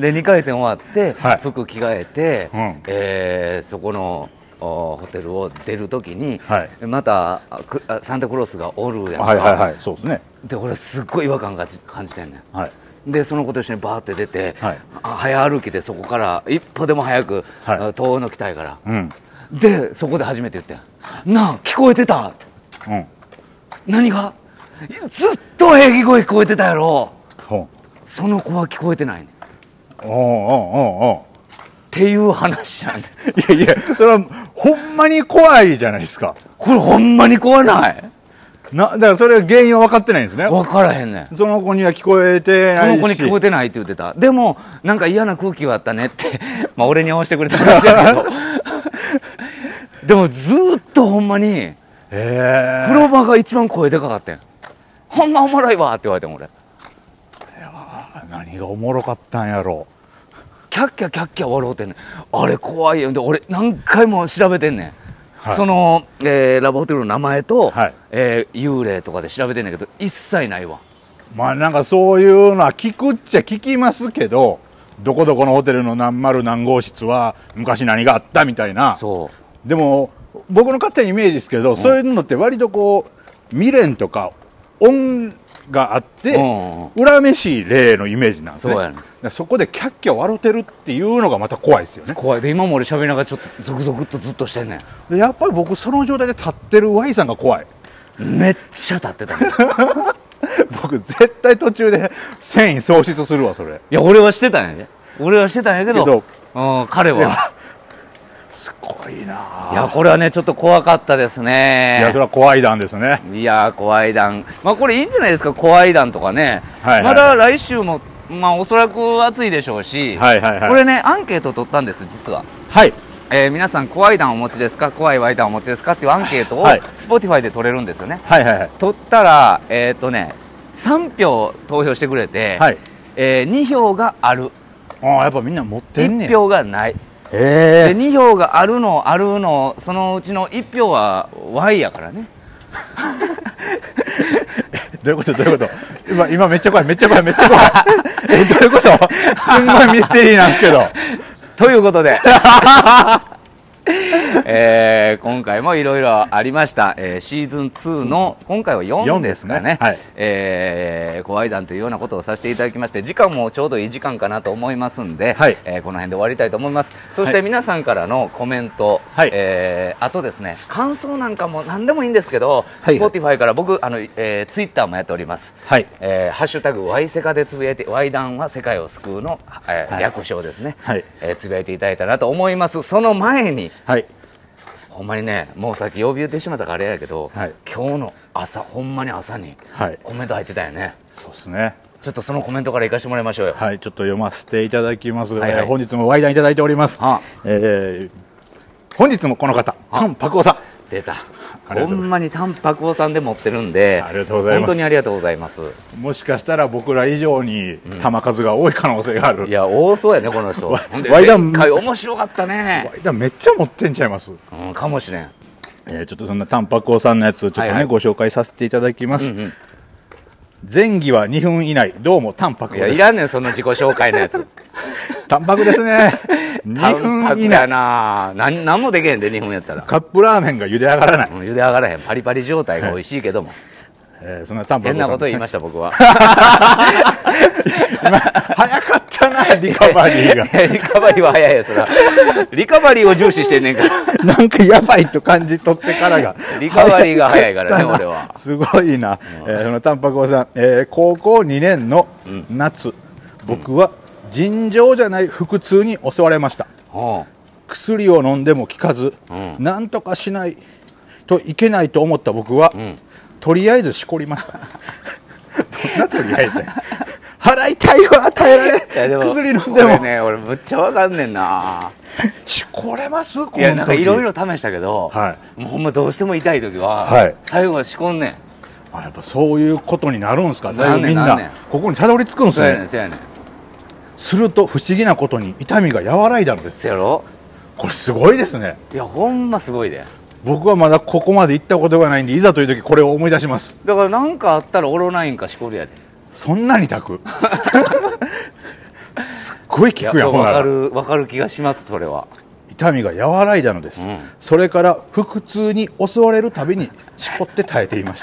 で2回戦終わって、
はい
服着替えて、
うん
えーそこのおホテルを出るときに、
はい
またあくあサンタクロースがおるやんか、
はいはいはいそうですね
で俺すっごい違和感がじ感じてんね
はい
んでその子と一緒にバーって出て、
はい
あ早歩きでそこから一歩でも早く、
はい
あ遠のきたいから
うん
でそこで初めて言ってんなあ聞こえてた
うん
何がずっと平気声聞こえてたやろ
ほん
その子は聞こえてないねんっ
おんおんおんおん
ていう話なんです
いやいや、それは、ほんまに怖いじゃないですか。
これほんまに怖ない
な、だからそれは原因は分かってないんですね。
分からへんねん
その子には聞こえて
そ
な
の
いし。
子に聞こえてないって言ってたでもなんか嫌な空気はあったねって まあ俺に合わせてくれた話だけど でもずーっとほんまに
え
風呂場が一番声でかかったんほんまおもろいわって言われてん俺
何がおもろかったんやろ
キャッキャキャッキャ笑うてんねんあれ怖いよで俺何回も調べてんねん、
はい
その、えーラブホテルの名前と、
はい
えー幽霊とかで調べてんねんけど一切ないわ
まあなんかそういうのは聞くっちゃ聞きますけど、どこどこのホテルの何丸何号室は昔何があったみたいな。
そう
でも、僕の勝手なイメージですけど、そういうのって割とこう、未練とか音があって、
うんうん
恨めしい霊のイメージなんですね
そうやね
だからそこでキャッキャ笑うてるっていうのがまた怖いですよね
怖いで今も俺喋りながらちょっとゾクゾクっとずっとしてんねん
でやっぱり僕その状態で立ってる Y さんが怖い
めっちゃ立ってたもんい
僕絶対途中で繊維喪失するわそれ
や俺はしてたんやで俺はしてたんやけど
けど
うん、彼
いや
は
すごいない
やこれはねちょっと怖かったですね
いやそれは怖いなんですね
いやー、怖い談、まあ、これいいんじゃないですか、怖い談とかね、
はいはいは
ま
い
だ来週も、まあ、おそらく暑いでしょうし、
はいはいはい
これね、アンケート取ったんです、実は。
はい
えー皆さん、怖い談お持ちですか、怖いワイ談お持ちですかっていうアンケートを、
はい
Spotify で取れるんですよね。
はいはいはい
取ったら、えーっとね、3票投票してくれて、
はい
え2票がある、
ああやっぱみんな持ってんね
1
ん
票がない。で
え
2票があるのあるのそのうちの1票は Y やからね
えどういうことどういうこと今今めっちゃ怖いめっちゃ怖いめっちゃ怖いえどういうことすんごいミステリーなんですけど
ということで、 えー今回もいろいろありました、えーシーズン2の今回は4
4
ですかね
ですねはい
えー、ご愛談というようなことをさせていただきまして時間もちょうどいい時間かなと思いますんで、
はい
えーこの辺で終わりたいと思いますそし
は
て
い
皆さんからのコメント、
はい
えーあとですね感想なんかも何でもいいんですけど、
はい
Spotify から僕あの、えー、Twitter もやっております
はい
えーハッシュタグワイセカでつぶやいて、ワイダンは世界を救うの、えー
はい
略称ですね、
はい
えーつぶやいていただいたらと思います。その前に、
はい
ほんまにね、もうさっき呼び言ってしまったからあれやけど、
はい
今日の朝、ほんまに朝に
はい
コメント入ってたよね。
そうですね
ちょっとそのコメントから行かしてもらいましょうよ。
はい、ちょっと読ませていただきます。
はいはい
えー本日もワイダンいただいております。
はあ
えー本日もこの方、
あ
タンパクオさん。
出た。
ありがと
ほ
うございます
んまにタンパクオさんで持ってるんで、
ありがとうございま
本
す
当にありがとうございます。
もしかしたら僕ら以上に球数が多い可能性がある。
いや、多そうやね、この人。
ワ
ほんで
ワイダン
前回面白かったね
ワ。イダンめっちゃ持ってんちゃいます。
うん、かもしれん。
えーちょっとそんなタンパクオさんのやつ、ちょっとね、
はいはい
ご紹介させていただきます。
うんうん
前儀は2分以内、どうもタンパク
い
オ
や、
で
い
す。
らんねん、その自己紹介のやつ。
タンパクです ね。2
淡
分以
白や
内。
ななんなんもできへんで2分やったら
カップラーメンが茹で上がらない。
うん茹で上がらへんパリパリ状態が美味しいけども、
えーそんなタンパ
変
ク
な
オさん
こと
で
言
す
い
ね
ました僕は
早かったな、リカバリーが。
リカバリーは早いやつらリカバリーを重視してんねんから。
なんかやばいと感じ取ってからが
リカバリーが早い からね俺は。
すごいな。えーそのタンパクおさん、えー高校2年の夏、僕は尋常じゃない腹痛に襲われました。
うん
薬を飲んでも効かず、
うん
なんとかしないといけないと思った僕は、
ん
とりあえずしこりました。どんなとりあえずだよ払いたいは与えられ
いやでも
薬飲ん
こ
で
れ
も、
ね俺むっちゃわかんねんな
しこれますこ
いやなんかいろいろ
ろ
試したけど、
は
もうほんまどうしても痛い時は、
はい
最後は仕込んねん
あやっぱそういうことになるんですか
な
最
ん
後
ねん
みん
なんねん
なここにたどり着くんです
そうやね
ね
んそうやねん
すると不思議なことに痛みが和らいだのです
そうやろ
これすごいですね
いやほんますごいで
僕はまだここまで行ったことがないんでいざという時これを思い出します
だからなんかあったらオロナインかしこるやで
そんなに炊 くすっごい
い
効
や
くやんほ
わ
な
からるわかる気がしますそれは
痛みが和らいだのです、
うん
それから腹痛に襲われるたびにしこって耐えていまし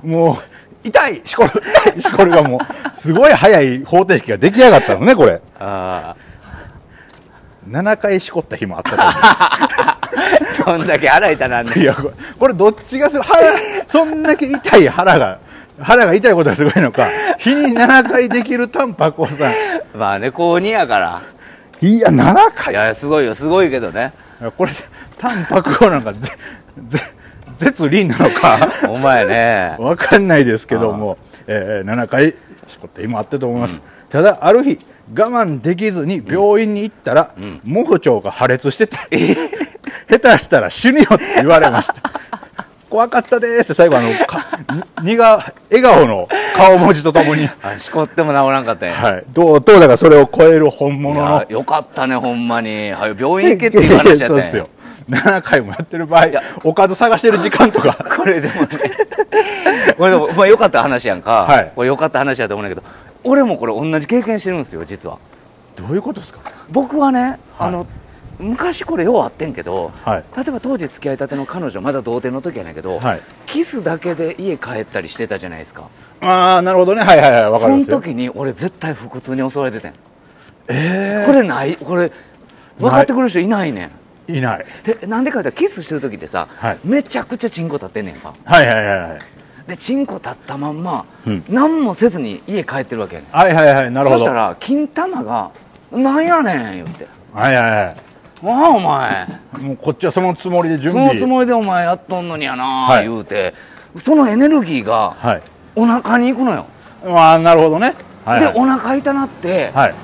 もう痛いしこる痛いしこるがもうすごい早い方程式が出来上がったのねこれ
あ
7回しこった日もあったと思う
あどんだけ洗いた なん
い
ね
やこれこれどっちがする腹そんだけ痛い腹が腹が痛いことがすごいのか日に7回できるタンパクをさん
まあね高2やから
いや7
い
回
やすごいよすごいけどね
これタンパクをなんかぜぜ絶倫なのか
お前ね
わかんないですけ ども、えー7回しこって今あったと思います、ただある日我慢できずに病院に行ったら、盲腸が破裂してて、 下手したら死ぬよって言われました 怖かったですって最後あのかにが笑顔の顔文字とともに、
あしこっても治らんかったんや
はい、どうどうだからそれを超える本
い
物の
やよかったねほんまにはよ病院行けっていう話やった
そ
ん
う
や
ですよ7回もやってる場合
や
おかず探してる時間と か
これでもねこれでもまあ良かった話やんか、
はい
これ良かった話やと思うんだけど俺もこれ同じ経験してるんですよ実は
どういうことですか
僕はね、
はい
あの昔これようあってんけど、
はい
例えば当時付き合いたての彼女まだ童貞の時やねんけど、
はい
キスだけで家帰ったりしてたじゃないですか
ああなるほどねはいはいはいわか
そ
りま
の
すよ
時に俺絶対腹痛に襲われててん、
え
これないこれ分かってくる人いないねん
ー、いない
でなんでかって言ったらキスしてる時ってさ、
はい
めちゃくちゃチンコ立ってんねんか
はいはいはいはい
でチンコ立ったまんま、
うん
何もせずに家帰ってるわけやねん
はいはいはいなるほ
そし
ど
たら金玉が「なんやねん」言って
はいはいは
「まあお前
いもうこっちはそのつもりで準
そ
備
のつもりでお前やっとんのにやな」
はい
言うてそのエネルギーが
はい
お腹に行くのよ、
まあなるほどねはいはい
でお腹痛なって、
はい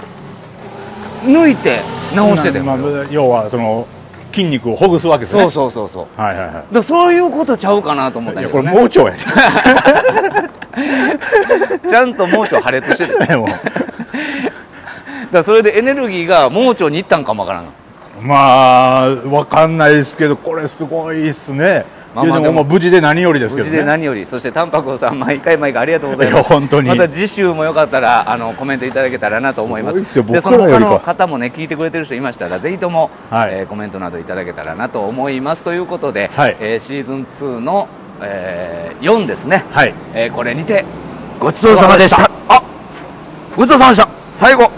抜いて直してたよ、
まあまあ要はその筋肉をほぐすわけですね
そうそうそうそう
うはいはい
だ
は
からそういうことちゃうかなと思った
いい
ん
や
や
こ
け
れ
ど、
盲
ね、
腸やね
ちゃんと盲腸破裂してた だか
も
らそれでエネルギーが盲腸に行ったんかもわからんの
うまあわかんないですけどこれすごいっすね
まあまあ
い
で
やで
も
もまあ無事で何よりですけ
無
ど
事
ね
で何よりそしてタンパクさん毎回毎回ありがとうござい
い
ま
や
す
本当に
また次週もよかったらあのコメントいただけたらなと思います
すごいですよ
でそ
僕
の
らより
他
か
の方もね聞いてくれてる人いましたらぜひとも、
はい
えーコメントなどいただけたらなと思いますということで、
はい
えーシーズン2の、えー4ですね、
はい
えーこれにて
ごちそうさまでした。あ、ごちそうさまでした。最後、